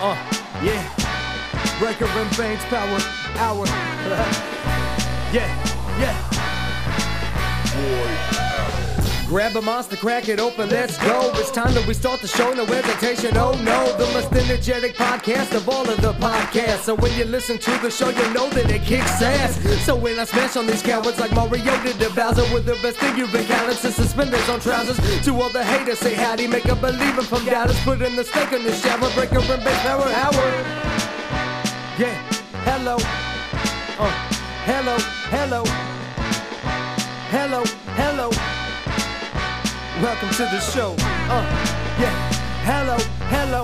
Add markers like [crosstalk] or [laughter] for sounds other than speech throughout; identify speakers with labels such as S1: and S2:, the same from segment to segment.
S1: Uh, yeah. Breaker and Bane's power hour. [laughs] yeah, yeah. Grab a monster, crack it open, let's go. It's time that we start the show, no hesitation, oh no. The most energetic podcast of all of the podcasts. So when you listen to the show, you know that it kicks ass. So when I smash on these cowards like Mario did to Bowser, with the best thing you've been counting since suspenders on trousers. To all the haters, say howdy, make a believer from doubters. Put in the stake in the shower, break up and base power hour. Yeah, hello. Uh, hello, hello. Hello, hello. Welcome to the show. Uh, yeah. Hello, hello.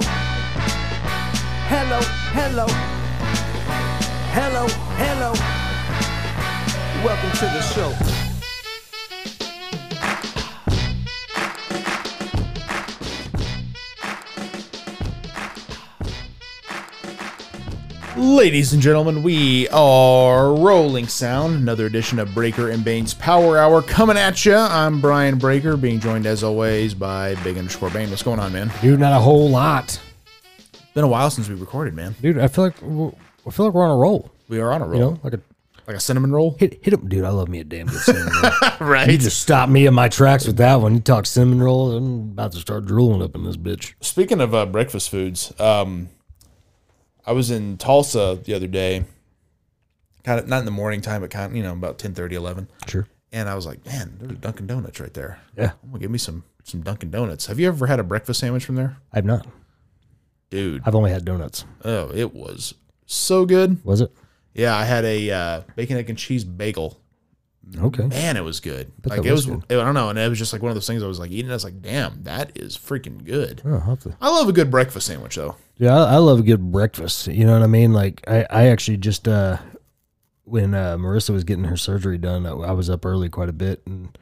S1: Hello, hello. Hello, hello. Welcome to the show.
S2: Ladies and gentlemen, we are Rolling Sound, another edition of Breaker and Bane's Power Hour coming at you. I'm Brian Breaker, being joined as always by Big Underscore Bane. What's going on, man?
S3: Dude, not a whole lot.
S2: Been a while since we recorded, man.
S3: Dude, I feel like we're, I feel like we're on a roll.
S2: We are on a roll,
S3: You know, like a
S2: like a cinnamon roll,
S3: hit hit him, dude. I love me a damn good cinnamon [laughs] roll. You
S2: right?
S3: just stopped me in my tracks with that one. You talk cinnamon rolls, I'm about to start drooling up in this bitch.
S2: Speaking of uh, breakfast foods, um, I was in Tulsa the other day, kind of not in the morning time, but kind of, you know about 10, 11.
S3: Sure.
S2: And I was like, man, there's a Dunkin' Donuts right there.
S3: Yeah.
S2: I'm gonna give me some some Dunkin' Donuts. Have you ever had a breakfast sandwich from there,
S3: I've not.
S2: dude?
S3: I've only had donuts.
S2: Oh, it was so good.
S3: Was it?
S2: Yeah, I had a uh, bacon, egg, and cheese bagel.
S3: Okay.
S2: Man, it was good.
S3: Bet
S2: like
S3: that
S2: it was,
S3: was good.
S2: I don't know, and it was just like one of those things. I was like eating. I was like, damn, that is freaking good.
S3: Oh, I'll have to-
S2: I love a good breakfast sandwich though.
S3: Yeah, I, I love a good breakfast. You know what I mean? Like I, I actually just uh when uh, Marissa was getting her surgery done, I, I was up early quite a bit, and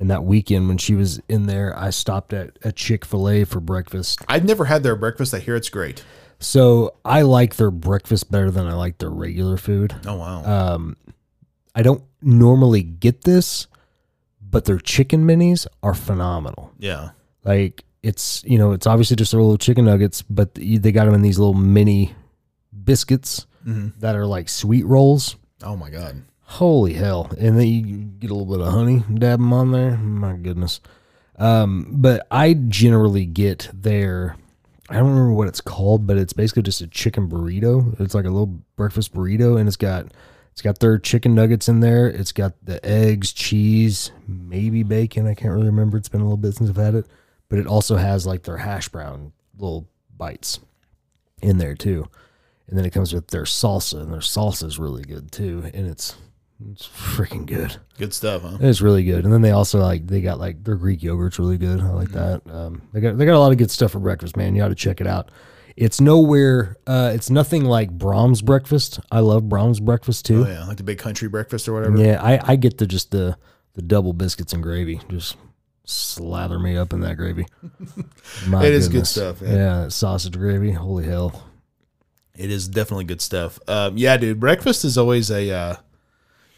S3: and that weekend when she was in there, I stopped at a Chick Fil A for breakfast.
S2: I've never had their breakfast. I hear it's great.
S3: So I like their breakfast better than I like their regular food.
S2: Oh wow,
S3: I don't normally get this, but their chicken minis are phenomenal.
S2: yeah,
S3: Like it's you know it's obviously just their little chicken nuggets, but the, they got them in these little mini biscuits that are like sweet rolls.
S2: oh my god,
S3: Holy hell! And then you get a little bit of honey, dab them on there. My goodness. Um, but I generally get their. I don't remember what it's called, but it's basically just a chicken burrito. It's like a little breakfast burrito, and it's got it's got their chicken nuggets in there. It's got the eggs, cheese, maybe bacon. I can't really remember. It's been a little bit since I've had it, but it also has like their hash brown little bites in there too. And then it comes with their salsa, and their salsa is really good too. And it's it's freaking good.
S2: good stuff, huh?
S3: It's really good. And then they also like they got like their Greek yogurt's really good. I like
S2: Mm-hmm.
S3: that. Um, they got they got a lot of good stuff for breakfast, man. You ought to check it out. It's nowhere. Uh, it's nothing like Brahms breakfast. I love Brahms breakfast too.
S2: Oh yeah, like the big country breakfast or whatever.
S3: Yeah, I, I get the just the the double biscuits and gravy. Just slather me up in that gravy.
S2: [laughs]
S3: My
S2: It is good stuff, yeah.
S3: Yeah. that sausage gravy. Holy hell!
S2: It is definitely good stuff. Um, yeah, dude, breakfast is always a. Uh,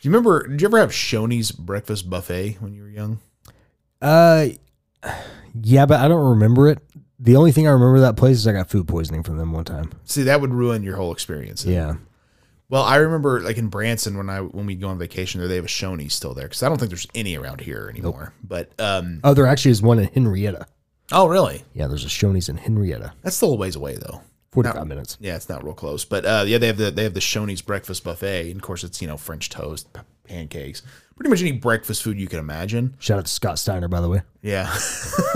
S2: do you remember? Did you ever have Shoney's breakfast buffet when you were young?
S3: Uh, yeah, but I don't remember it. The only thing I remember that place is I got food poisoning from them one time.
S2: See, that would ruin your whole experience.
S3: Yeah,
S2: Well, I remember like in Branson when I when we go on vacation there, they have a Shoney's still there because I don't think there's any around here anymore. But um,
S3: Oh, there actually is one in Henrietta.
S2: oh really?
S3: Yeah, there's a Shoney's in Henrietta.
S2: That's still a ways away though.
S3: 45 minutes.
S2: Yeah, it's not real close. But uh, yeah, they have the they have the Shoney's breakfast buffet, and of course it's you know French toast, p- pancakes, pretty much any breakfast food you can imagine.
S3: Shout out to Scott Steiner, by the way.
S2: Yeah, [laughs]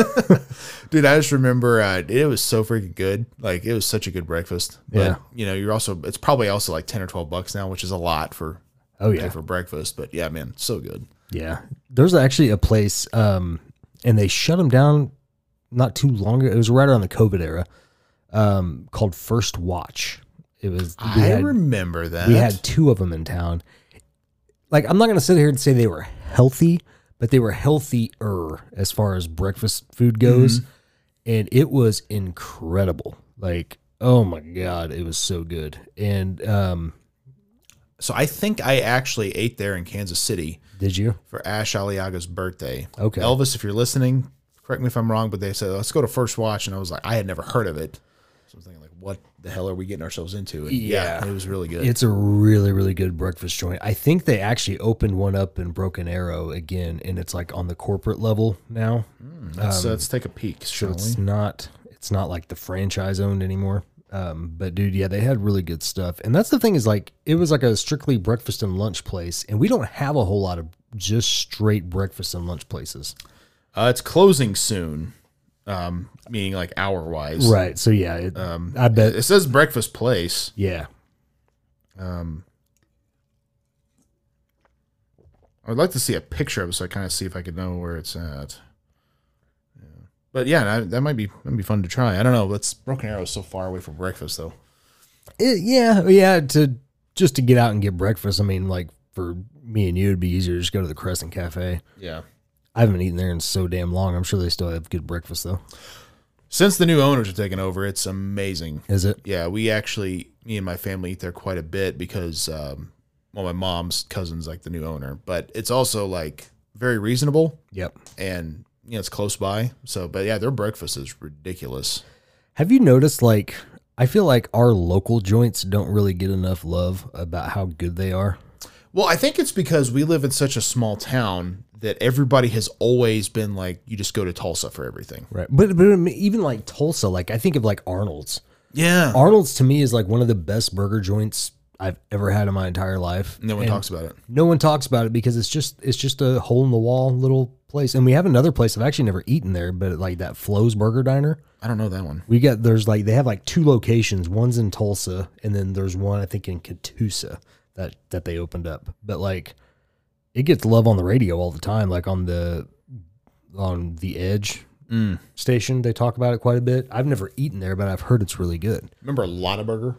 S2: dude, I just remember uh, it was so freaking good. Like it was such a good breakfast. But,
S3: Yeah.
S2: you know, you're also it's probably also like ten or twelve bucks now, which is a lot for
S3: Oh
S2: like,
S3: yeah,
S2: for breakfast. But yeah, man, so good.
S3: yeah. There's actually a place, um, and they shut them down not too long ago. It was right around the COVID era, um, called First Watch. It was. we
S2: I
S3: had-
S2: remember that.
S3: We had two of them in town. Like, I'm not going to sit here and say they were healthy, but they were healthier as far as breakfast food goes. And it was incredible. Like, oh my God, it was so good. And um,
S2: so I think I actually ate there in Kansas City
S3: did you?
S2: for Ash Aliaga's birthday.
S3: Okay.
S2: Elvis, if you're listening, correct me if I'm wrong, but they said let's go to First Watch, and I was like, I had never heard of it. So I'm thinking like, what the hell are we getting ourselves into? And yeah,
S3: Yeah.
S2: it was really good.
S3: It's a really, really good breakfast joint. I think they actually opened one up in Broken Arrow again, and it's like on the corporate level now.
S2: let's, let's take a peek,
S3: um, So
S2: shall we?
S3: it's not it's not like the franchise owned anymore. Um, but dude, yeah, they had really good stuff. And that's the thing is like it was like a strictly breakfast and lunch place, and we don't have a whole lot of just straight breakfast and lunch places.
S2: Uh, it's closing soon, um, meaning like hour wise.
S3: Right. So yeah, it, um, I bet
S2: It says breakfast place.
S3: yeah.
S2: I would like to see a picture of it so I kind of see if I could know where it's at. Yeah. But yeah, that, that might be that'd be fun to try. I don't know. That's Broken Arrow is so far away from breakfast though.
S3: It- yeah, yeah, to just to get out and get breakfast. I mean, like for me and you it'd be easier to just go to the Crescent Cafe.
S2: Yeah.
S3: I haven't eaten there in so damn long. I'm sure they still have good breakfast though.
S2: Since the new owners have taken over, it's amazing.
S3: Is it?
S2: Yeah, we actually, me and my family eat there quite a bit because, um, well, my mom's cousin's like the new owner, but it's also like very reasonable
S3: Yep.
S2: and you know it's close by. So, but yeah, their breakfast is ridiculous.
S3: Have you noticed like I feel like our local joints don't really get enough love about how good they are.
S2: Well, I think it's because we live in such a small town that everybody has always been like, you just go to Tulsa for everything.
S3: Right. But but I mean, even like Tulsa, like I think of like Arnold's.
S2: Yeah,
S3: Arnold's to me is like one of the best burger joints I've ever had in my entire life.
S2: no one
S3: And
S2: talks about it.
S3: No one talks about it because it's just it's just a hole in the wall little place. And we have another place I've actually never eaten there, but like that Flo's Burger Diner.
S2: I don't know that one.
S3: We got there's like they have like two locations. One's in Tulsa, and then there's one I think in Catoosa that that they opened up. But like, it gets love on the radio all the time. Like on the on the Edge station, they talk about it quite a bit. I've never eaten there, but I've heard it's really good.
S2: Remember Lottaburger?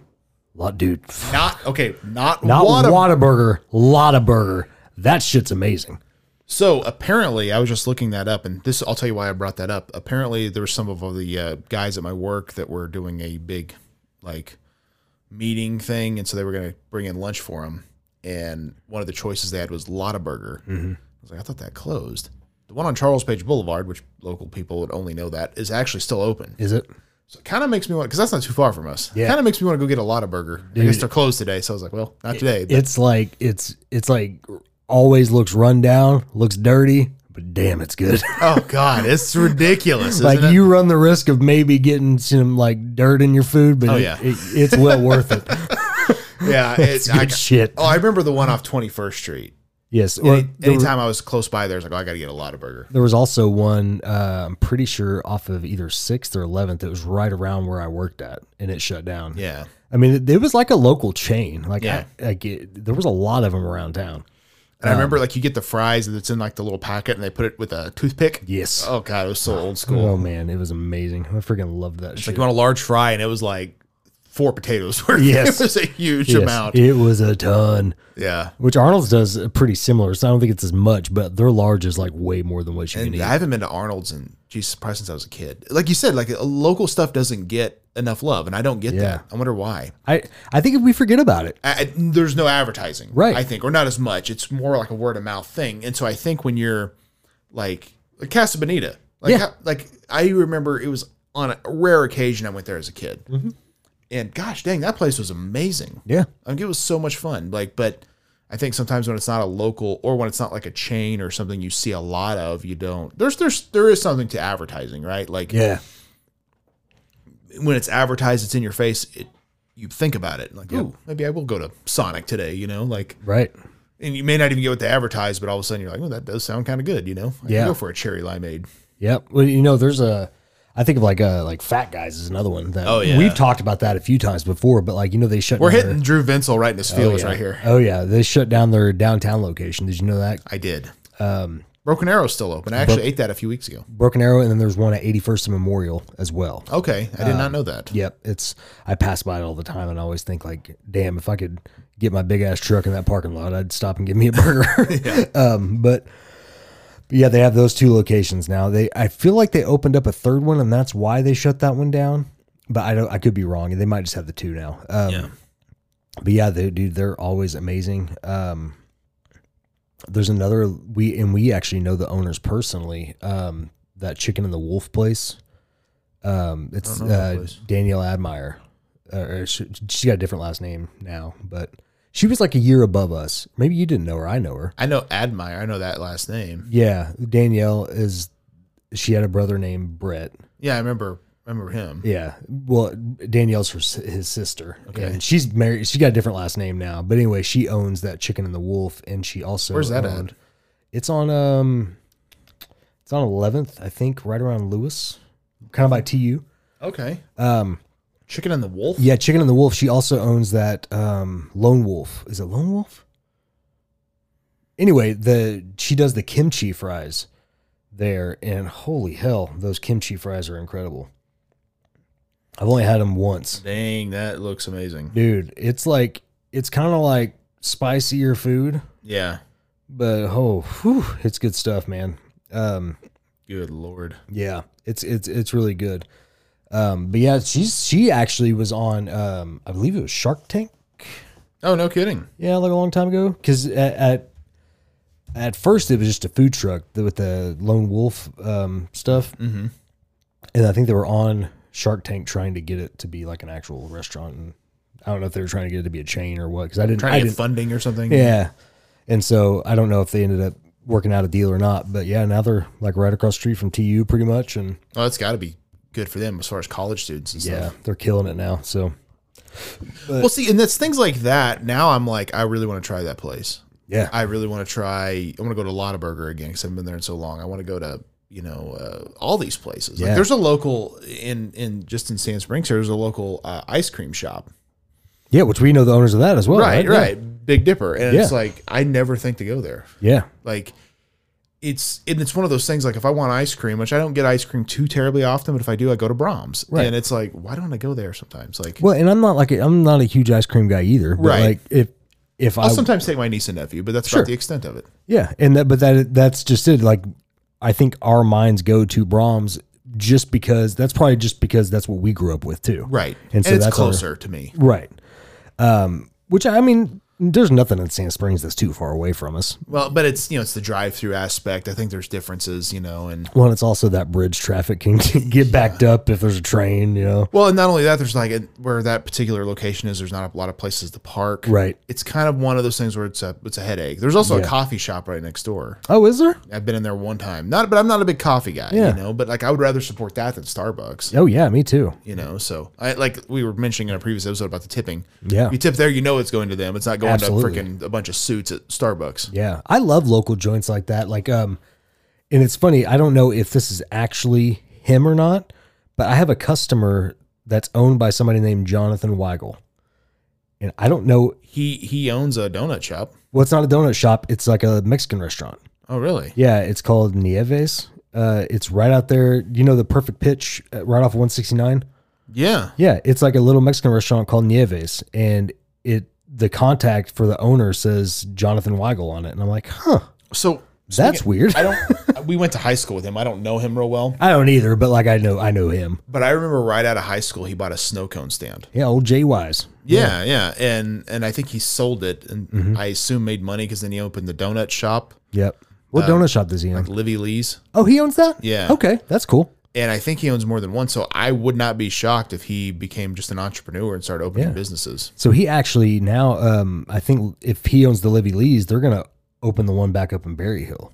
S3: Lot, dude,
S2: Not okay. Not
S3: not
S2: Lotta-
S3: Whataburger, Lottaburger. That shit's amazing.
S2: So apparently, I was just looking that up, and this—I'll tell you why I brought that up. Apparently, there were some of the uh, guys at my work that were doing a big, like, meeting thing, and so they were going to bring in lunch for them. And one of the choices they had was Lottaburger.
S3: Mm-hmm.
S2: I was like, I thought that closed. The one on Charles Page Boulevard, which local people would only know that, is actually still open.
S3: Is it?
S2: So it kind of makes me want because that's not too far from us.
S3: Yeah.
S2: Kind of makes me want to go get a Lottaburger. I guess they're closed today, so I was like, well, not today. but-
S3: It's like it's it's like always looks run down, looks dirty, but damn, it's good. [laughs]
S2: oh God, it's ridiculous.
S3: like
S2: isn't it?
S3: you run the risk of maybe getting some like dirt in your food, but
S2: Oh,
S3: it-
S2: yeah.
S3: it- it's well
S2: [laughs]
S3: worth it.
S2: yeah,
S3: [laughs] It's
S2: it-
S3: good
S2: I-
S3: shit.
S2: Oh, I remember the one off 21st Street.
S3: Yes. Well,
S2: Any,
S3: there,
S2: anytime I was close by there, I was like, oh, I got to get a lot of burger.
S3: there was also one. Uh, I'm pretty sure off of either sixth or eleventh. It was right around where I worked at, and it shut down.
S2: Yeah.
S3: I mean, it, it was like a local chain. Like,
S2: Yeah.
S3: I, like it, there was a lot of them around town.
S2: And
S3: Um,
S2: I remember like you get the fries and it's in like the little packet and they put it with a toothpick.
S3: Yes.
S2: Oh God, it was so old school.
S3: Oh man, it was amazing. I freaking loved that
S2: Like
S3: shit.
S2: you want a large fry and it was like four potatoes [laughs] worth.
S3: Yes.
S2: it was a huge
S3: Yes,
S2: amount.
S3: It was a ton.
S2: yeah.
S3: Which Arnold's does pretty similar. So I don't think it's as much, but their large is like way more than what you
S2: And
S3: can eat.
S2: I haven't been to Arnold's in Jesus Christ since I was a kid. Like you said, like uh, local stuff doesn't get enough love, and I don't get
S3: Yeah.
S2: that. I wonder why.
S3: I I think if we forget about it,
S2: I, I- there's no advertising,
S3: Right.
S2: I think, or not as much. It's more like a word of mouth thing. And so I think when you're like, like Casa Bonita, like,
S3: Yeah.
S2: how- like I remember it was on a rare occasion I went there as a kid, and gosh dang, that place was amazing.
S3: Mm-hmm. yeah,
S2: Like, it was so much fun. Like, but I think sometimes when it's not a local or when it's not like a chain or something you see a lot of, you don't. There's there's there is something to advertising, right? Like
S3: yeah,
S2: when it's advertised, it's in your face. It you think about it like, ooh, maybe I will go to Sonic today. You know, like
S3: right.
S2: and you may not even get what they advertise, but all of a sudden you're like, well, that does sound kind of good, you know? I can
S3: Yeah.
S2: go for a cherry limeade.
S3: Yep. Well, you know, there's a. I think of like uh like fat guys is another one that
S4: Oh, yeah.
S3: we've talked about that a few times before, but like you know they shut
S2: We're
S3: down
S2: hitting
S3: their-
S2: Drew Vinsel right in his
S3: Uh-huh. oh,
S2: feelers
S3: yeah.
S2: right here.
S3: Oh yeah, they shut down their downtown location. Did you know that?
S2: I did. Um, Broken Arrow's still open. I actually ate that a few weeks ago.
S3: Broken Arrow, and then there's one at 81st and Memorial as well.
S2: Okay, I did not
S3: Um,
S2: know that.
S3: Yep, it's I pass by it all the time, and I always think like, damn, if I could get my big ass truck in that parking lot, I'd stop and get me a burger. [laughs] um, but but yeah, they have those two locations now. They I feel like they opened up a third one, and that's why they shut that one down. But I don't. I could be wrong. They might just have the two now. Um,
S4: Yeah.
S3: But yeah, they, dude, they're always amazing. Um, there's another we and we actually know the owners personally. Um, that chicken and the wolf place. Um, it's uh, Danielle Admire. Uh, or she, she's got a different last name now, but she was like a year above us. Maybe you didn't know her. I know her.
S2: I know Admire. I know that last name.
S3: Yeah, Danielle is. She had a brother named Brett.
S2: Yeah, I remember. Remember him.
S3: Yeah. Well, Danielle's her, s- his sister. Okay. And she's married. She got a different last name now. But anyway, she owns that chicken and the wolf. And she also.
S2: Where's that
S3: owned-
S2: at?
S3: It's on, um, it's on 11th, I think, right around Lewis, kind of by TU.
S2: Okay. Um, Chicken and the Wolf.
S3: Yeah. Chicken and the wolf. She also owns that, um, lone wolf. Is it lone wolf? Anyway, the, she does the kimchi fries there. And holy hell, those kimchi fries are incredible. I've only had them once.
S2: Dang, that looks amazing.
S3: dude it's like it's kind of like spicier food
S2: Yeah.
S3: but oh whew, it's good stuff man um
S2: Good lord.
S3: yeah it's it's it's really good um but yeah she's she actually was on um i believe it was shark tank
S2: Oh, no kidding.
S3: yeah like a long time ago because at, at at first it was just a food truck th- with the lone wolf um stuff mm-hmm. and i think they were on shark tank trying to get it to be like an actual restaurant and i don't know if they were trying to get it to be a chain or what because i didn't I
S2: Trying to
S3: didn't,
S2: get funding or something.
S3: Yeah. And so I don't know if they ended up working out a deal or not, but yeah, now they're like right across the street from TU pretty much. And
S2: Oh, that's got to be good for them as far as college students and
S3: yeah,
S2: stuff.
S3: they're killing it now. So
S2: Well, see, and that's things like that. Now I'm like, I really want to try that place.
S3: yeah.
S2: I really want to try. I want to go to Lotta Burger again because I haven't been there in so long. I want to go to you know uh, all these places.
S3: Yeah.
S2: Like there's a local in in just in Sand Springs. There's a local uh, ice cream shop.
S3: yeah. Which we know the owners of that as well.
S2: right,
S3: Yeah.
S2: right. Big Dipper, and it's
S3: Yeah.
S2: like I never think to go there.
S3: Yeah.
S2: Like it's and it's one of those things. Like if I want ice cream, which I don't get ice cream too terribly often, but if I do, I go to Brahms.
S3: Right.
S2: And it's like, why don't I go there sometimes? Like
S3: Well, and I'm not like, a, I'm not a huge ice cream guy either. But
S2: Right.
S3: Like if, if I,
S2: I'll sometimes take my niece and nephew, but that's
S3: Sure.
S2: about the extent of it.
S3: yeah. And that, but that, that's just it. Like I think our minds go to Brahms just because that's probably just because that's what we grew up with too.
S2: Right.
S3: And so
S2: it's
S3: that's our-
S2: closer to me.
S3: Right. Um, which I mean, there's nothing in Sand Springs that's too far away from us.
S2: Well, but it's you know it's the drive-through aspect. I think there's differences, you know, and
S3: Well, and it's also that bridge traffic can [laughs] get backed up if there's a train, you know.
S2: well, and not only that, there's like a, where that particular location is. There's not a lot of places to park.
S3: Right.
S2: It's kind of one of those things where it's a it's a headache. There's also
S3: Yeah.
S2: a coffee shop right next door.
S3: Oh, is there?
S2: I've been in there one time. Not, but I'm not a big coffee guy.
S3: Yeah.
S2: You know, but like I would rather support that than Starbucks.
S3: Oh, yeah, me too.
S2: You know, so I like we were mentioning in a previous episode about the tipping.
S3: Yeah.
S2: You tip there, you know it's going to them. It's not going
S3: Absolutely.
S2: to freaking a bunch of suits at Starbucks.
S3: Yeah. I love local joints like that. Like, um, and it's funny, I don't know if this is actually him or not, but I have a customer that's owned by somebody named Jonathan Weigel. And I don't know,
S2: He he owns a donut shop.
S3: well, it's not a donut shop, it's like a Mexican restaurant.
S2: Oh really?
S3: Yeah, it's called Nieves. Uh, it's right out there, you know, the perfect pitch uh, right off of 169.
S2: Yeah.
S3: Yeah, it's like a little Mexican restaurant called Nieves, and it the contact for the owner says Jonathan Weigel on it, and I'm like, huh,
S2: So
S3: that's weird.
S2: I don't. [laughs] we went to high school with him. I don't know him real well,
S3: [laughs] I don't either, but like I know I know him.
S2: but I remember right out of high school, he bought a snow cone stand.
S3: Yeah, old Jay Wise.
S2: Yeah, yeah, and and I think he sold it, and
S3: Mm-hmm.
S2: I assume made money because then he opened the donut shop,
S3: Yep. What donut shop does he own?
S2: Livy Lee's,
S3: oh, he owns that.
S2: Uh, Yeah.
S3: Okay, that's cool.
S2: and I think he owns more than one. So I would not be shocked if he became just an entrepreneur and started opening
S3: Yeah.
S2: businesses.
S3: So he actually now, um, I think if he owns the Livy Lees, they're gonna open the one back up in Berry Hill.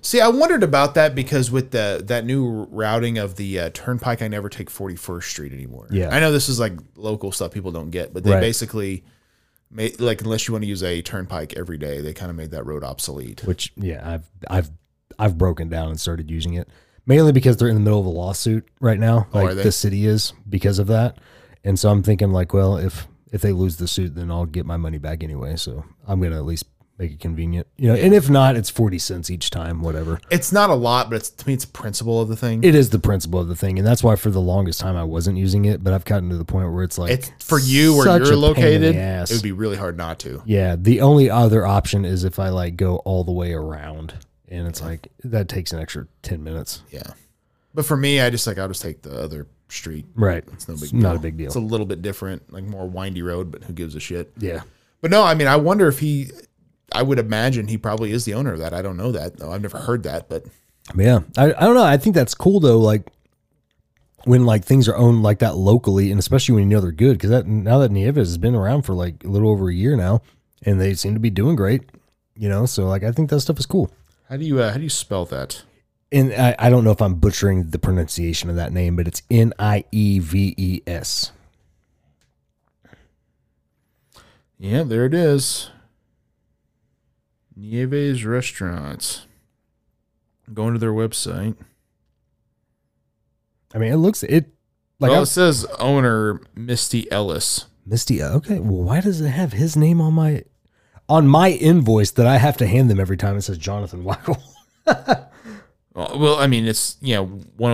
S2: See, I wondered about that because with the that new routing of the uh, turnpike, I never take Forty First Street anymore.
S3: Yeah.
S2: I know this is like local stuff people don't get, but they
S3: Right.
S2: basically made like unless you want to use a turnpike every day, they kind of made that road obsolete.
S3: which yeah i've i've i've broken down and started using it mainly because they're in the middle of a lawsuit right now.
S2: Oh, are
S3: Like
S2: they?
S3: the city is because of that, and so I'm thinking like, well, if if they lose the suit, then I'll get my money back anyway. So I'm gonna at least make it convenient, you know. And if not, it's forty cents each time, whatever.
S2: It's not a lot, but it's to me, it's principle of the thing.
S3: It is the principle of the thing, and that's why for the longest time I wasn't using it. But I've gotten to the point where it's like
S2: it's for you where
S3: such a
S2: you're
S3: pain in the
S2: located. It
S3: ass.
S2: would be really hard not to.
S3: Yeah, the only other option is if I like go all the way around, and it's like that takes an extra ten minutes.
S2: Yeah. But for me, I just like I'll just take the other street.
S3: Right,
S2: It's no big
S3: It's
S2: deal.
S3: not a big deal.
S2: It's a little bit different, like more windy road, but who gives a shit?
S3: yeah,
S2: But no, I mean, I wonder if he. I would imagine he probably is the owner of that. I don't know that though. I've never heard that, but
S3: But yeah. I, I don't know. I think that's cool though. Like when like things are owned like that locally, and especially when you know they're good, because that now that Nieves has been around for like a little over a year now, and they seem to be doing great. You know, so like I think that stuff is cool.
S2: how do you uh, how do you spell that?
S3: And I, I don't know if I'm butchering the pronunciation of that name, but it's N I E V E S.
S2: Yeah, there it is. Nieves Restaurants. Going to their website.
S3: I mean, it looks it
S2: Like
S3: like I
S2: well, it
S3: was-
S2: says owner Misty Ellis.
S3: Misty. uh, Okay, well, why does it have his name on my on my invoice that I have to hand them every time? It says Jonathan Wackel.
S2: Well, well, I mean, it's you know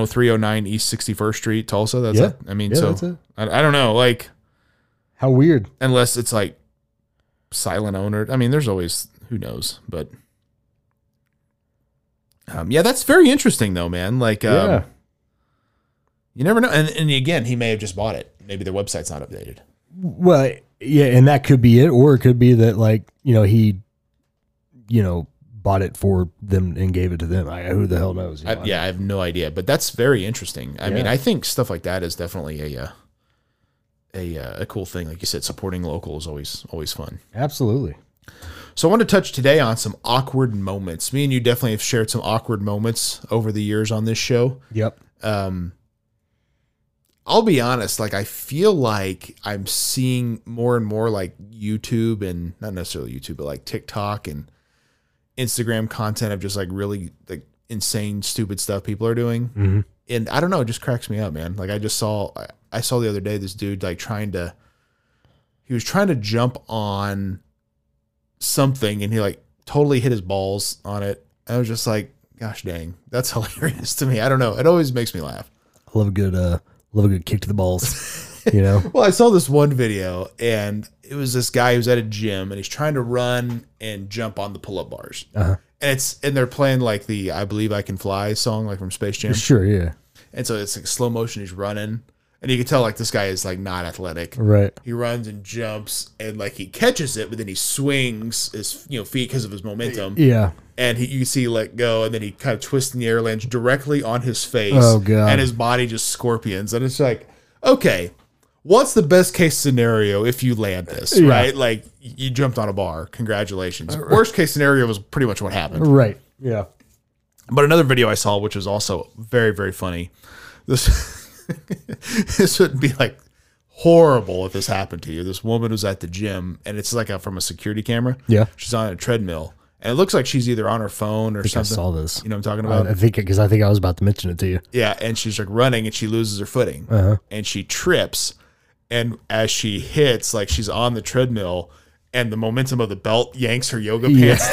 S2: 10309 East 61st Street, Tulsa. That's
S3: Yeah.
S2: it. I mean,
S3: Yeah,
S2: so
S3: that's it.
S2: I, I don't know, like
S3: [laughs] How weird.
S2: unless it's like silent owner. I mean, there's always who knows, but um, yeah, that's very interesting though, man. Like, um,
S3: Yeah.
S2: you never know. And, and again, he may have just bought it. Maybe their website's not updated.
S3: Well, yeah, and that could be it, or it could be that like you know he, you know, bought it for them and gave it to them. I, who the hell knows? you
S2: I,
S3: know?
S2: yeah, I have no idea, but that's very interesting. I mean,
S3: Yeah.
S2: I think stuff like that is definitely a uh, a uh, a cool thing. Like you said, supporting local is always always fun.
S3: absolutely.
S2: So I want to touch today on some awkward moments. Me and you definitely have shared some awkward moments over the years on this show.
S3: Yep.
S2: Um, I'll be honest, like I feel like I'm seeing more and more like YouTube and not necessarily YouTube, but like TikTok and Instagram content of just like really like insane, stupid stuff people are doing. And I don't know, it just cracks me up, man. Like I just saw, I- I saw the other day this dude like trying to, he was trying to jump on something and he like totally hit his balls on it. I was just like, gosh dang, that's [laughs] hilarious to me. I don't know. It always makes me laugh.
S3: I love a good uh, love a good kick to the balls.
S2: [laughs]
S3: you know.
S2: Well, I saw this one video, and it was this guy who's at a gym, and he's trying to run and jump on the pull-up bars,
S3: Uh-huh.
S2: and it's and they're playing like the "I Believe I Can Fly" song, like from Space
S3: [laughs]
S2: Jam,
S3: Sure. Yeah.
S2: and so it's like slow motion. He's running, and you can tell like this guy is like not athletic.
S3: Right.
S2: He runs and jumps, and like he catches it, but then he swings his you know feet because of his momentum,
S3: Yeah.
S2: and he you see he let go, and then he kind of twists in the air, lands directly on his face.
S3: Oh, God.
S2: And his body just scorpions, and it's like, okay, what's the best case scenario if you land this,
S3: Yeah. Uh,
S2: right? Like you jumped on a bar, congratulations. Worst case scenario was pretty much what happened.
S3: Right. Yeah.
S2: But another video I saw, which was also very very funny, this [laughs] this would be like horrible if this happened to you. This woman was at the gym, and it's like a, from a security camera.
S3: Yeah.
S2: she's on a treadmill. And it looks like she's either on her phone or
S3: I
S2: something.
S3: saw this.
S2: You know what I'm talking
S3: I,
S2: about?
S3: I think because I think I was about to mention
S2: [laughs]
S3: it to you.
S2: Yeah, and she's like running and she loses her footing
S3: Uh-huh.
S2: and she trips. And as she hits, like she's on the treadmill and the momentum of the belt yanks her yoga pants.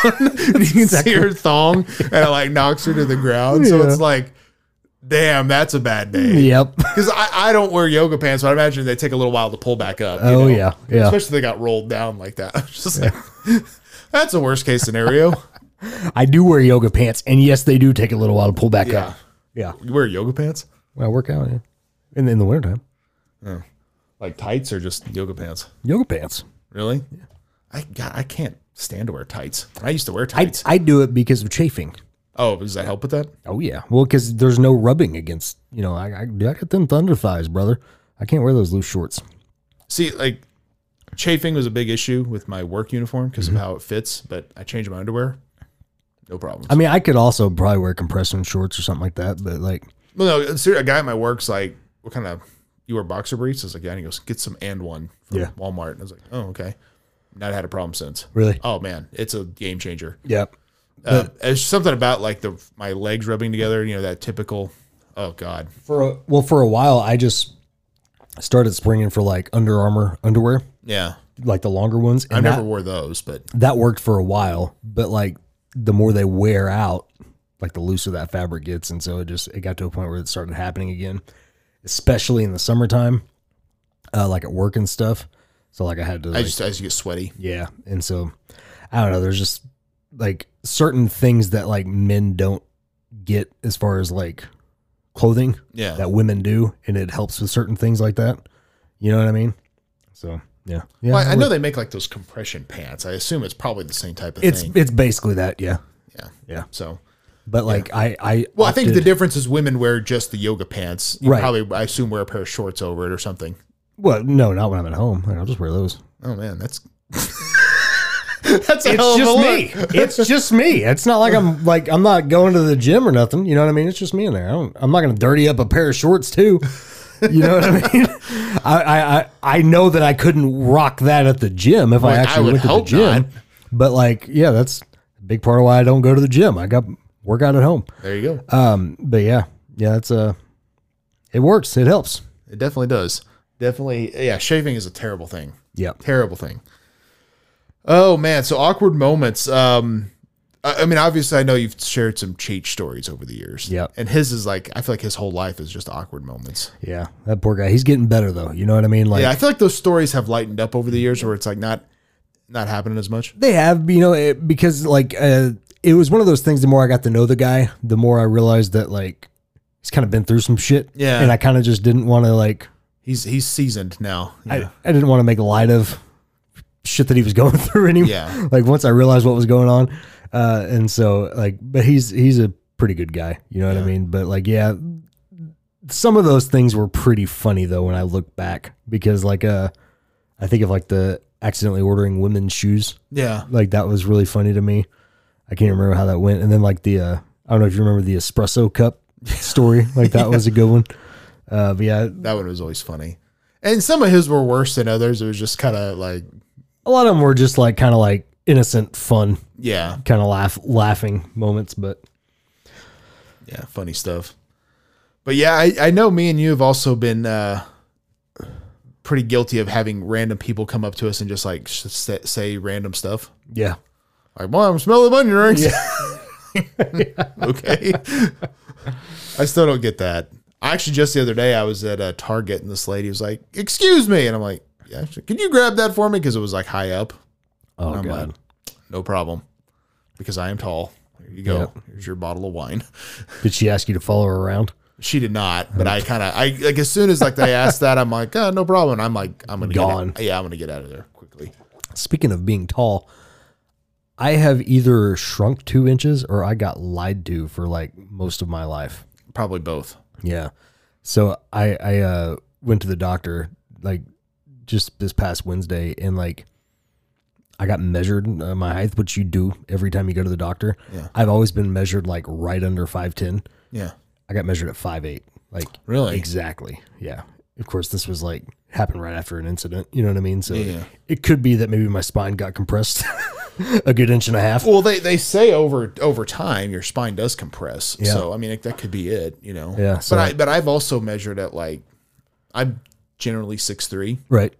S2: [laughs] down. And [laughs]
S3: [laughs]
S2: you can see her thong and it like knocks her to the ground. So it's like, damn, that's a bad day.
S3: Yep.
S2: Because I, I don't wear yoga pants, but I imagine they take a little while to pull back up. [laughs] you
S3: Oh,
S2: know?
S3: yeah, yeah.
S2: Especially if they got rolled down like that. [laughs] I'm just like, [laughs] that's a worst case scenario. [laughs]
S3: I do wear yoga pants, and yes, they do take a little while to pull back
S2: yeah.
S3: up. Yeah.
S2: You wear yoga pants?
S3: Well, I work out. Yeah. And in the wintertime,
S2: Like tights or just yoga pants?
S3: yoga pants.
S2: Really? I God, I can't stand to wear tights. I used to wear
S3: I,
S2: tights.
S3: I do it because of chafing.
S2: oh, does that help with that?
S3: Oh yeah, well, because there's no rubbing against. You know, I, I, dude, I got them thunder thighs, brother. I can't wear those loose shorts.
S2: See, like chafing was a big issue with my work uniform because
S3: Mm-hmm.
S2: of how it fits, but I changed my underwear. No problem.
S3: I mean, I could also probably wear compression shorts or something like that, but like,
S2: well, no, ser- a guy at my work's like, "What kind of you wear boxer briefs?" I was like, "Yeah." And he goes, "Get some and one from
S3: Yeah.
S2: Walmart." And I was like, "Oh, okay." Not had a problem since.
S3: Really?
S2: Oh man, it's a game changer.
S3: yeah,
S2: Uh, there's something about like the my legs rubbing together. You know that typical. Oh God,
S3: For a, well, for a while, I just started springing for like Under Armour underwear,
S2: yeah.
S3: like the longer ones. And
S2: I
S3: that,
S2: never wore those, but
S3: that worked for a while, but like the more they wear out, like the looser that fabric gets, and so it just it got to a point where it started happening again, especially in the summertime, uh, like at work and stuff. So like I had to,
S2: I
S3: like,
S2: just I just get sweaty.
S3: yeah, and so I don't know. There's just like certain things that like men don't get as far as like clothing
S2: Yeah,
S3: that women do, and it helps with certain things like that. You know what I mean? So yeah, yeah.
S2: Well, I, I know they make like those compression pants. I assume it's probably the same type of
S3: it's
S2: thing.
S3: it's basically that. Yeah.
S2: Yeah,
S3: Yeah.
S2: So
S3: But like I, I
S2: well, I think the
S3: opted-
S2: difference is women wear just the yoga pants. You
S3: Right.
S2: Probably I assume wear a pair of shorts over it or something.
S3: well, no, not when I'm at home. Like, I'll just wear those.
S2: Oh man, that's [laughs] that's a hell of
S3: It's
S2: a
S3: just
S2: look.
S3: me.
S2: [laughs]
S3: It's just me. It's not like I'm like I'm not going to the gym or nothing. You know what I mean? It's just me in there. I don't, I'm not going to dirty up a pair of shorts too. You know what I mean? [laughs] I, I I I know that I couldn't rock that at the gym if
S2: Well,
S3: I
S2: I
S3: actually
S2: would
S3: went to the
S2: hope
S3: gym.
S2: not.
S3: But like, yeah, that's a big part of why I don't go to the gym. I got workout at home.
S2: There you go.
S3: Um, but yeah, yeah, that's uh, it works. It helps.
S2: It definitely does. Definitely, yeah. Shaving is a terrible thing.
S3: Yeah.
S2: terrible thing. Oh man, so awkward moments. Um, I, I mean, obviously, I know you've shared some cheat stories over the years.
S3: Yep.
S2: and his is like I feel like his whole life is just awkward moments.
S3: Yeah, that poor guy. He's getting better though. You know what I mean? Like
S2: yeah, I feel like those stories have lightened up over the years, where it's like not not happening as much.
S3: they have, you know, it, because like uh, it was one of those things. The more I got to know the guy, the more I realized that like he's kind of been through some shit.
S2: Yeah.
S3: and I kind of just didn't want to like
S2: He's he's seasoned now. Yeah.
S3: I, I didn't want to make light of shit that he was [laughs] going through anymore.
S2: Yeah.
S3: [laughs] like once I realized what was going on, uh, and so like, but he's he's a pretty good guy. You know what I mean? But like, yeah, some of those things were pretty funny though when I look back because like uh, I think of like the accidentally ordering women's shoes
S2: yeah,
S3: like that was really funny to me. I can't remember how that went. And then like the uh, I don't know if you remember the espresso cup [laughs] story. Like that was a good one. Uh, but yeah,
S2: that one was always funny. And some of his were worse than others. It was just kind of like
S3: a lot of them were just like kind of like innocent fun,
S2: yeah,
S3: kind of laugh laughing moments. But
S2: yeah, funny stuff. But yeah, I, I know me and you have also been uh, pretty guilty of having random people come up to us and just like s- say, say random stuff.
S3: yeah,
S2: Like, mom, smell the onion rings. [laughs] okay. I still don't get that. Actually, just the other day, I was at a Target and this lady was like, "Excuse me," and I'm like, "Yeah, she- can you grab that for me?" Because it was like high up.
S3: oh
S2: I'm
S3: god,
S2: like, no problem, because I am tall. Here you go.
S3: Yep.
S2: Here's your bottle of wine.
S3: did she ask you to follow her around?
S2: She did not, but I kind of I like as soon as like they asked that, I'm like, oh, no problem. I'm like, I'm gonna
S3: Gone.
S2: Get out. Yeah, I'm gonna get out of there quickly.
S3: Speaking of being tall, I have either shrunk two inches or I got lied to for like most of my life.
S2: Probably both.
S3: Yeah. So I I uh, went to the doctor like just this past Wednesday and like I got measured uh, my height, which you do every time you go to the doctor.
S2: Yeah.
S3: I've always been measured like right under five ten.
S2: Yeah.
S3: I got measured at five eight. Like
S2: Really?
S3: exactly. Yeah. Of course, this was like happened right after an incident. You know what I mean? So
S2: Yeah.
S3: it could be that maybe my spine got compressed [laughs] a good inch and a half.
S2: Well, they they say over over time your spine does compress.
S3: Yeah.
S2: So I mean that could be it. You know.
S3: Yeah, so-
S2: but I but I've also measured at like I'm generally six three.
S3: Right.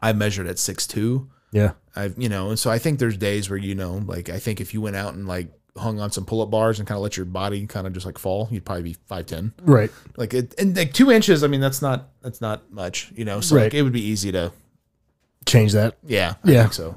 S2: I measured at six two.
S3: Yeah.
S2: I've you know, and so I think there's days where you know, like I think if you went out and like hung on some pull up bars and kind of let your body kind of just like fall, you'd probably be five ten.
S3: Right.
S2: like it and like two inches i mean that's not that's not much you know so
S3: Right.
S2: like it would be easy to
S3: Change that.
S2: yeah
S3: Yeah.
S2: I think so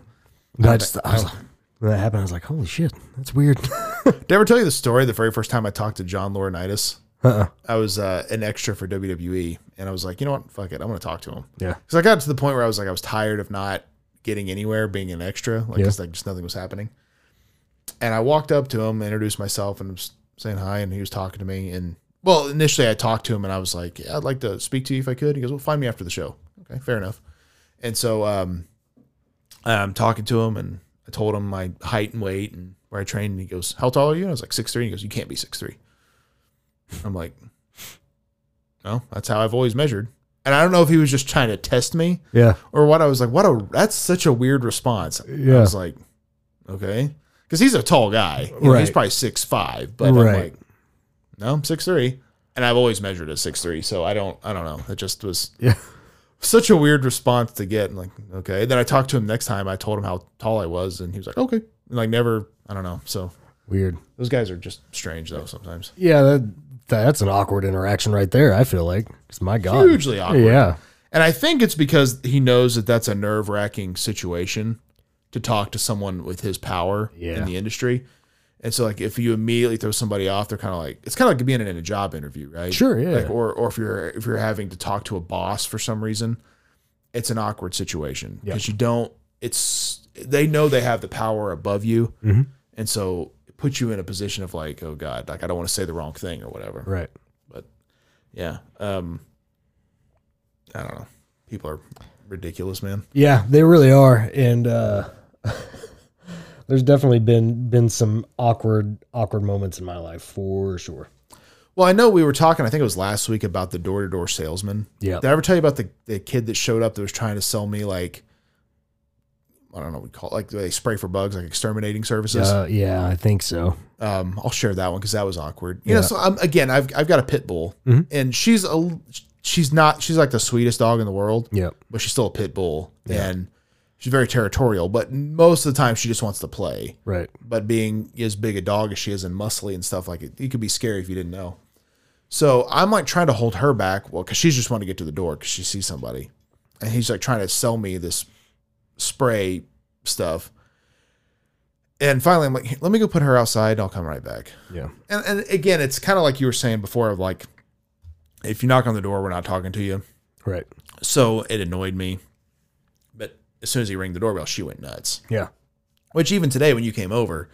S3: But I just I was like, when that happened, I was like, holy shit, that's weird.
S2: did i ever tell you the story the very first time i talked to john laurinaitis
S3: Uh-uh.
S2: i was uh, an extra for wwe and i was like you know what fuck it i'm gonna talk to him
S3: Yeah.
S2: because i got to the point where i was like i was tired of not getting anywhere being an extra like
S3: Yeah.
S2: it's like just nothing was happening and i walked up to him introduced myself and was saying hi and he was talking to me and well initially i talked to him and i was like yeah, i'd like to speak to you if i could he goes well find me after the show okay fair enough and so um I'm um, talking to him and I told him my height and weight and where I trained. And he goes, How tall are you? And I was like, 6'3. And he goes, You can't be 6'3. I'm like, No, that's how I've always measured. And I don't know if he was just trying to test me
S3: [laughs] Yeah.
S2: or what. I was like, What a, that's such a weird response.
S3: Yeah.
S2: I was like, Okay. because he's a tall guy. You know, he's
S3: Right.
S2: probably six five, but I'm
S3: Right.
S2: like, no, I'm six three, and I've always measured as six three. So I don't, I don't know. It just was
S3: Yeah.
S2: such a weird response to get. And like, okay. then I talked to him next time. I told him how tall I was, and he was like, okay. And like never, I don't know. So
S3: Weird.
S2: those guys are just strange though sometimes.
S3: Yeah, that, that's an awkward interaction right there. I feel like because my God,
S2: Hugely awkward.
S3: Yeah,
S2: And I think it's because he knows that that's a nerve wracking situation to talk to someone with his power
S3: Yeah.
S2: in the industry. And so, like, if you immediately throw somebody off, they're kind of like it's kind of like being in a job interview, right?
S3: Sure, yeah.
S2: Like, or or if you're if you're having to talk to a boss for some reason, it's an awkward situation because you don't. It's they know they have the power above you,
S3: Mm-hmm.
S2: and so it puts you in a position of like, oh god, like I don't want to say the wrong thing or whatever.
S3: right.
S2: Yeah. Um I don't know. People are ridiculous, man.
S3: Yeah, they really are, and uh, [laughs] there's definitely been been some awkward awkward moments in my life for sure.
S2: Well, I know we were talking, I think it was last week about the door-to-door salesman.
S3: Yeah.
S2: Did I ever tell you about the, the kid that showed up that was trying to sell me like I don't know what we call it, like they spray for bugs, like exterminating services.
S3: Uh, yeah, I think so.
S2: Um, I'll share that one because that was awkward. You know,
S3: Yeah. Mm-hmm.
S2: so I'm, again, I've I've got a pit bull, and she's a she's not she's like the sweetest dog in the world.
S3: Yep.
S2: but she's still a pit bull and she's very territorial. But most of the time, she just wants to play.
S3: Right.
S2: But being as big a dog as she is and muscly and stuff like it, it could be scary if you didn't know. So I'm like trying to hold her back. Well, because she's just wanting to get to the door because she sees somebody, and he's like trying to sell me this spray stuff. And finally, I'm like, let me go put her outside. I'll come right back.
S3: Yeah.
S2: And, and again, it's kind of like you were saying before of like, if you knock on the door, we're not talking to you.
S3: Right.
S2: So it annoyed me. But as soon as he rang the doorbell, she went nuts.
S3: Yeah.
S2: Which even today, when you came over,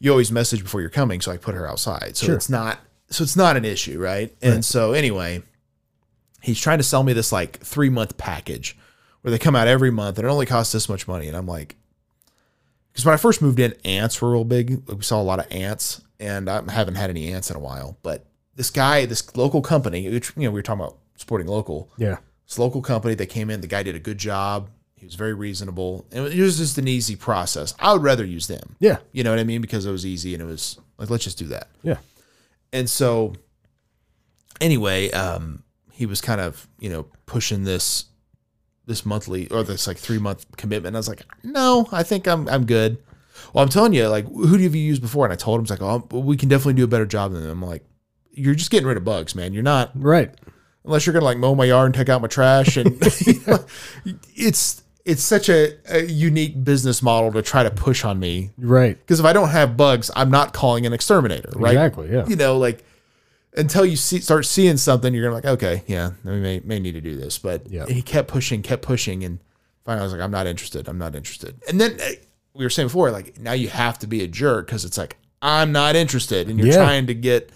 S2: you always message before you're coming, so I put her outside. So it's not so it's not an issue, right? And so anyway, he's trying to sell me this like three month package where they come out every month and it only costs this much money. And I'm like, because when I first moved in, ants were real big. Like, We saw a lot of ants, and I haven't had any ants in a while. But this guy, this local company, which you know, we were talking about supporting local.
S3: Yeah.
S2: This local company that came in, the guy did a good job. He was very reasonable. It was it was just an easy process. I would rather use them.
S3: Yeah.
S2: You know what I mean? Because it was easy and it was like, let's just do that.
S3: Yeah.
S2: And so, anyway, um, he was kind of you know pushing this this monthly or this like three month commitment. And I was like, no, I think I'm I'm good. Well, I'm telling you, like, who have you used before? And I told him, it's like, oh, we can definitely do a better job than them. I'm like, you're just getting rid of bugs, man. You're not
S3: Right.
S2: unless you're gonna like mow my yard and take out my trash and [laughs] it's it's such a, a unique business model to try to push on me
S3: Right.
S2: because if i don't have bugs i'm not calling an exterminator right
S3: Exactly. Yeah.
S2: you know like until you see start seeing something you're gonna like okay yeah we may, may need to do this but
S3: Yeah.
S2: he kept pushing kept pushing and finally i was like i'm not interested i'm not interested and then eh, we were saying before like now you have to be a jerk because it's like i'm not interested and you're
S3: Yeah.
S2: trying to get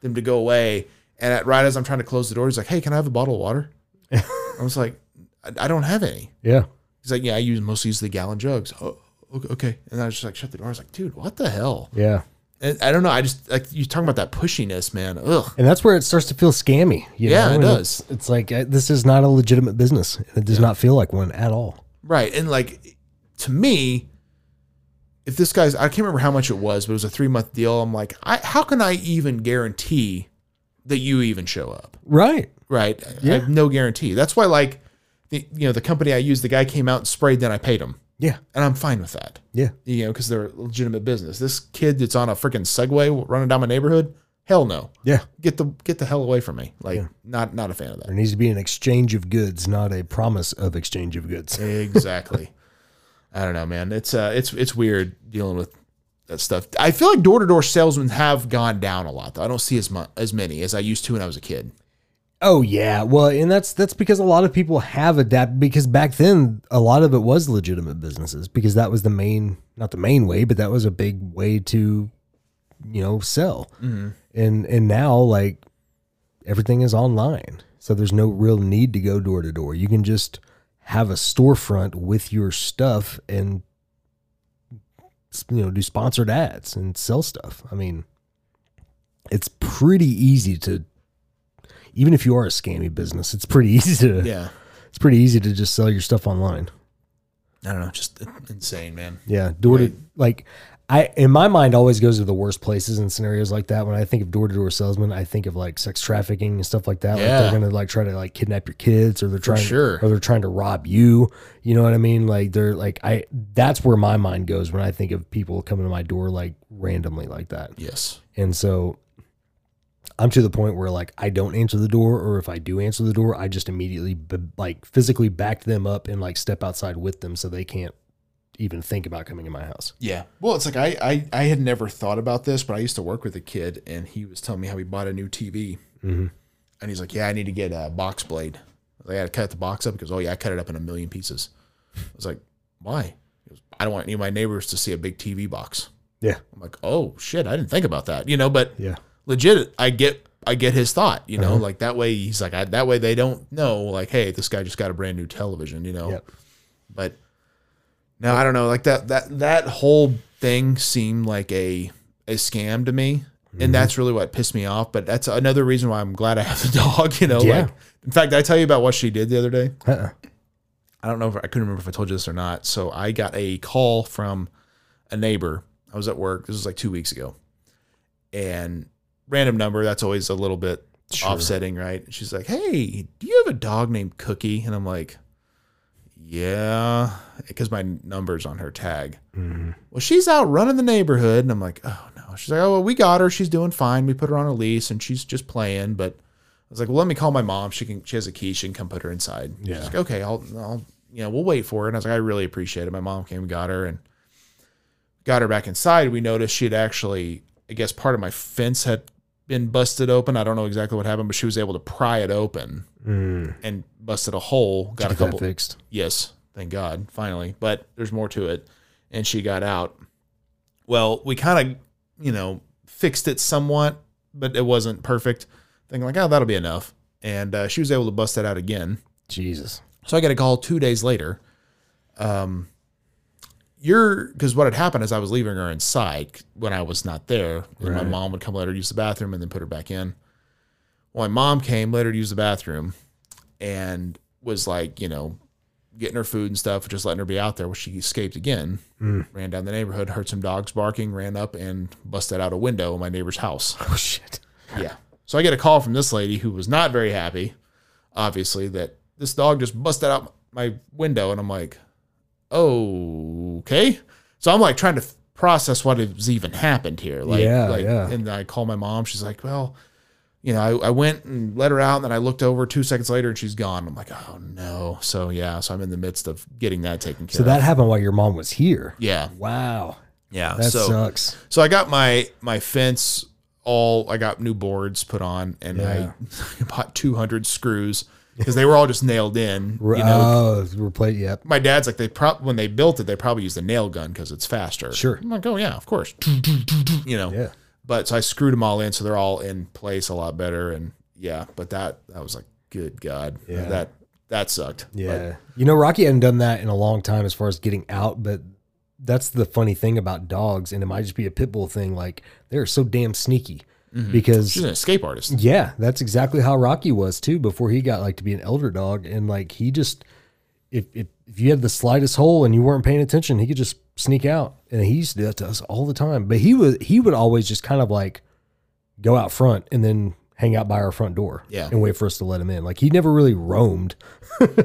S2: them to go away and at, right as i'm trying to close the door he's like hey can i have a bottle of
S3: [laughs]
S2: water i was like I, I don't have any
S3: Yeah.
S2: he's like yeah i use mostly use the gallon jugs oh okay- okay and i was just like shut the door i was like dude what the hell
S3: Yeah.
S2: and I don't know. I just like you talking about that pushiness, man. Ugh.
S3: And that's where it starts to feel scammy. you
S2: Yeah,
S3: know?
S2: it
S3: And
S2: does.
S3: It's, it's like uh, this is not a legitimate business. It does not feel like one at all.
S2: Right. And like to me, if this guy's I can't remember how much it was, but it was a three month deal. I'm like, I how can I even guarantee that you even show up?
S3: Right.
S2: Right. I have no guarantee. That's why like the you know, the company I used, the guy came out and sprayed, then I paid him.
S3: Yeah.
S2: And I'm fine with that.
S3: Yeah.
S2: You know, because they're a legitimate business. This kid that's on a freaking Segway running down my neighborhood, hell no.
S3: Yeah.
S2: Get the get the hell away from me. Like not not a fan of that.
S3: There needs to be an exchange of goods, not a promise of exchange of goods.
S2: Exactly. [laughs] I don't know, man. It's uh, it's it's weird dealing with that stuff. I feel like door to door salesmen have gone down a lot, though. I don't see as mu- as many as I used to when I was a kid.
S3: Oh yeah, well, and that's that's because a lot of people have adapted because back then a lot of it was legitimate businesses because that was the main not the main way, but that was a big way to you know sell. And and now like everything is online. So there's no real need to go door to door. You can just have a storefront with your stuff and you know do sponsored ads and sell stuff. I mean, it's pretty easy to even if you are a scammy business, it's pretty easy to
S2: Yeah,
S3: it's pretty easy to just sell your stuff online.
S2: I don't know, just insane, man.
S3: Yeah, door to like I in my mind always goes to the worst places and scenarios like that. When I think of door to door salesman, I think of like sex trafficking and stuff like that. Like
S2: Yeah.
S3: they're gonna like try to like kidnap your kids or they're trying
S2: sure.
S3: or they're trying to rob you. You know what I mean? Like they're like I that's where my mind goes when I think of people coming to my door like randomly like that.
S2: Yes.
S3: And so I'm to the point where like I don't answer the door, or if I do answer the door, I just immediately b- like physically back them up and like step outside with them so they can't even think about coming in my house.
S2: Yeah. Well, it's like I, I I had never thought about this, but I used to work with a kid, and he was telling me how he bought a new TV,
S3: Mm-hmm.
S2: and he's like, "Yeah, I need to get a box blade. I, was like, I had to cut the box up because oh yeah, I cut it up in a million pieces." I was like, "Why?" He goes, "I don't want any of my neighbors to see a big TV box."
S3: Yeah.
S2: I'm like, "Oh shit, I didn't think about that." You know, but
S3: Yeah. Uh-huh.
S2: legit, I get I get his thought. You know, like that way he's like I, that way they don't know like, hey, this guy just got a brand new television. You know,
S3: [laughs] Yep.
S2: but no, I don't know. Like that that that whole thing seemed like a a scam to me.
S3: Mm-hmm.
S2: And that's really what pissed me off. But that's another reason why I'm glad I have the [laughs] dog. You know,
S3: Yeah.
S2: like in fact, did I tell you about what she did the other day.
S3: Uh-uh.
S2: I don't know if I couldn't remember if I told you this or not. So I got a call from a neighbor. I was at work. This was like two weeks ago, and random number. That's always a little bit offsetting, right? And she's like, "Hey, do you have a dog named Cookie?" And I'm like, "Yeah," because my number's on her tag.
S3: Mm-hmm.
S2: Well, she's out running the neighborhood, and I'm like, "Oh no!" She's like, "Oh, well, we got her. She's doing fine. We put her on a lease, and she's just playing." But I was like, well, let me call my mom. She can. She has a key. She can come put her inside. Yeah. She's like, okay, I'll, I'll, you know, we'll wait for her. And I was like, I really appreciate it. My mom came and got her and got her back inside. We noticed she had actually, I guess, part of my fence had been busted open. I don't know exactly what happened, but she was able to pry it open and busted a hole. Got a
S3: Mm. Get that
S2: couple.
S3: fixed.
S2: Yes, thank God, finally. But there's more to it. And she got out. Well, we kind of, you know, fixed it somewhat, but it wasn't perfect. Thinking like, oh, that'll be enough. And uh, she was able to bust that out again.
S3: Jesus.
S2: So I got a call two days later. Um, you're because what had happened is I was leaving her inside when I was not there. And My mom would come let her use the bathroom and then put her back in. Well, my mom came, let her use the bathroom, and was like, you know, getting her food and stuff, just letting her be out there. Well, she escaped again, ran down the neighborhood, heard some dogs barking, ran up and busted out a window in my neighbor's house.
S3: Oh shit.
S2: Yeah. So I get a call from this lady who was not very happy, obviously, that this dog just busted out my window. And I'm like, okay. So I'm like trying to process what has even happened here. Like,
S3: Yeah,
S2: like
S3: yeah.
S2: and I call my mom. She's like, well, you know, I, I went and let her out, and then I looked over two seconds later and she's gone. I'm like, oh no. So yeah, so I'm in the midst of getting that taken care
S3: So that
S2: of.
S3: happened while your mom was here.
S2: Yeah.
S3: Wow.
S2: Yeah.
S3: That
S2: so
S3: sucks.
S2: so I got my my fence all I got new boards put on and I [laughs] bought 200 screws because they were all just nailed in. You know,
S3: oh, replace. Yep.
S2: my dad's like they prob when they built it they probably used a nail gun because it's faster.
S3: Sure.
S2: I'm like, oh yeah, of course. [laughs] You know.
S3: Yeah.
S2: But so I screwed them all in so they're all in place a lot better and yeah. But that that was like good God
S3: Yeah.
S2: that that sucked. But
S3: Yeah. you know, Rocky hadn't done that in a long time as far as getting out, but that's the funny thing about dogs, and it might just be a pit bull thing. Like they're so damn sneaky
S2: Mm-hmm.
S3: because
S2: she's an escape artist.
S3: yeah, that's exactly how Rocky was too before he got like to be an elder dog, and like he just if if, if you had the slightest hole and you weren't paying attention, he could just sneak out, and he used to do that to us all the time. But he was he would always just kind of like go out front and then hang out by our front door
S2: Yeah.
S3: and wait for us to let him in. Like he never really roamed.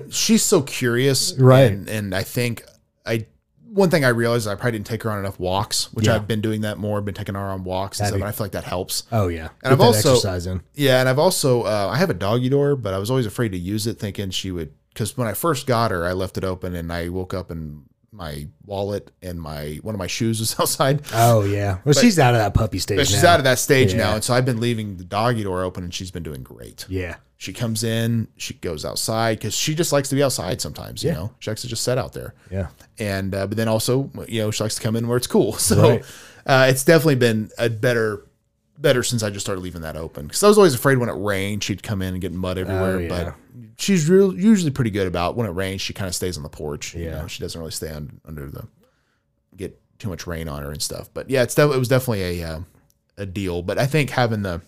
S2: she's so curious,
S3: Right.
S2: And, and I think I one thing I realized is I probably didn't take her on enough walks, which
S3: Yeah. e-
S2: I've been doing that more. Been taking her on walks and stuff, and I feel like that helps.
S3: Oh yeah,
S2: And I've
S3: that
S2: also-
S3: exercise in.
S2: Yeah, and I've also uh, I have a doggy door, but I was always afraid to use it, thinking she would. Because when I first got her, I left it open, and I woke up and my wallet and my one of my shoes was [laughs] outside.
S3: Oh yeah, well she's out of that puppy stage.
S2: But she's
S3: now.
S2: out of that stage
S3: Yeah.
S2: now, and so I've been leaving the doggy door open, and she's been doing great.
S3: Yeah,
S2: She comes in, she goes outside because she just likes to be outside sometimes. You know, she likes to just sit out there.
S3: yeah.
S2: and uh, but then also you know she likes to come in where it's cool [laughs] so
S3: Right.
S2: uh, it's definitely been a better better since i just started leaving that open because i was always afraid when it rained she'd come in and get mud everywhere
S3: Oh, yeah.
S2: but she's real, usually pretty good about when it rains she kind of stays on the porch you
S3: Yeah.
S2: know she doesn't really stay on, under the get too much rain on her and stuff but yeah it's def- it was definitely a uh, a deal but i think having the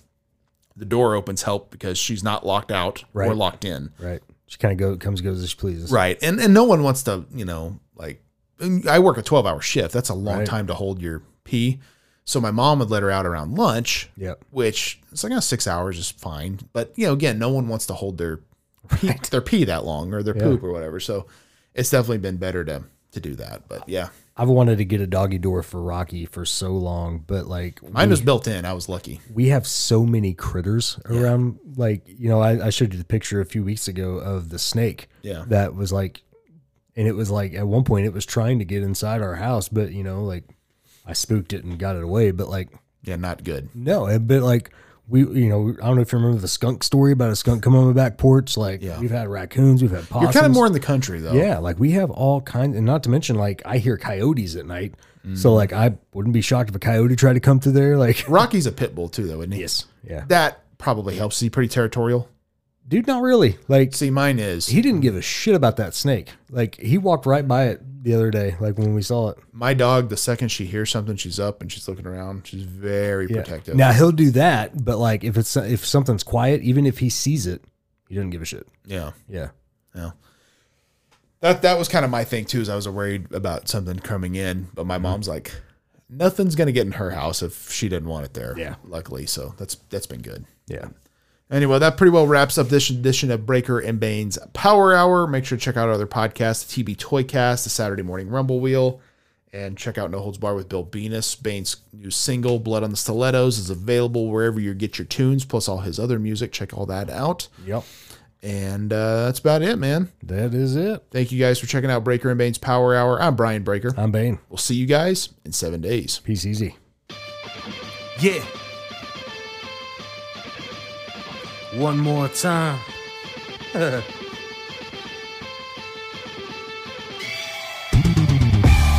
S2: the door opens help because she's not locked out or
S3: Right.
S2: locked in
S3: Right. She kind of go comes goes as she pleases.
S2: Right. And and no one wants to, you know, like and I work a 12 hour shift. That's a long
S3: Right.
S2: time to hold your pee. So my mom would let her out around lunch.
S3: Yep.
S2: Which it's like oh, six hours is fine. But you know, again, no one wants to hold
S3: [laughs]
S2: their pee, their pee that long or their poop or whatever. So it's definitely been better to to do that. But yeah.
S3: I've wanted to get a doggy door for Rocky for so long, but like
S2: Mine was built in. I was lucky.
S3: we have so many critters around. Like, you know, I, I showed you the picture a few weeks ago of the snake.
S2: Yeah.
S3: That was like, and it was like at one point it was trying to get inside our house, but you know, like I spooked it and got it away. But like,
S2: Yeah, not good.
S3: no, it- but like we, you know, I don't know if you remember the skunk story about a skunk coming on the back porch. Like,
S2: Yeah.
S3: we've had raccoons, we've had
S2: You're
S3: possums.
S2: kind of more in the country though.
S3: Yeah, like we have all kinds, and not to mention, like I hear coyotes at night. So
S2: Mm.
S3: like I wouldn't be shocked if a coyote tried to come through there. Like [laughs]
S2: Rocky's a pit bull too, though, isn't he?
S3: yes, yeah,
S2: That probably helps. He's pretty territorial.
S3: dude, not really. Like
S2: See, mine is.
S3: he didn't give a shit about that snake. Like he walked right by it the other day. Like when we saw it.
S2: My dog, the second she hears something, she's up and she's looking around. She's very protective.
S3: Now he'll do that, but like if it's if something's quiet, even if he sees it, he doesn't give a shit.
S2: Yeah.
S3: Yeah.
S2: That that was kind of my thing too, is I was worried about something coming in, but
S3: Mm-hmm.
S2: my mom's like, nothing's gonna get in her house if she didn't want it there.
S3: Yeah.
S2: Luckily. So that's that's been good.
S3: Yeah.
S2: Anyway, that pretty well wraps up this edition of Breaker and Bane's Power Hour. Make sure to check out our other podcasts, the TB Toycast, the Saturday Morning Rumble Wheel, and check out No Holds Bar with Bill Venus. Bane's new single, Blood on the Stilettos, is available wherever you get your tunes, plus all his other music. Check all that out.
S3: Yep.
S2: And uh, that's about it, man.
S3: That is it.
S2: Thank you guys for checking out Breaker and Bane's Power Hour. I'm Brian Breaker.
S3: I'm Bane.
S2: We'll see you guys in seven days.
S3: Peace easy.
S1: Yeah. One more time. [laughs]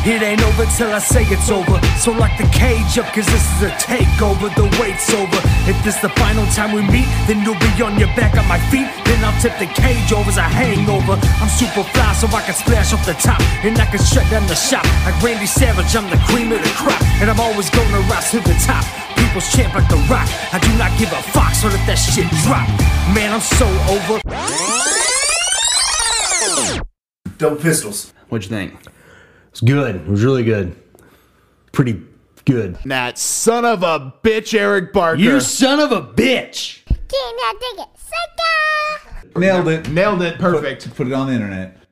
S1: It ain't over till I say it's over. So lock the cage up, cause this is a takeover. The wait's over. If this the final time we meet, then you'll be on your back on my feet. Then I'll tip the cage over as a hangover. I'm super fly, so I can splash off the top. And I can shut down the shop. Like Randy Savage, I'm the cream of the crop. And I'm always gonna rise to the top. People's champ like the rock. I do not give a fuck, so let that shit drop. Man, I'm so over. Dope pistols.
S5: What'd you think?
S3: It's good. It was really good. Pretty good.
S6: That son of a bitch, Eric Barker.
S7: You son of a bitch.
S4: Can't dig it. Sucker!
S8: Nailed it.
S5: Nailed it. Perfect.
S8: Put it on the internet.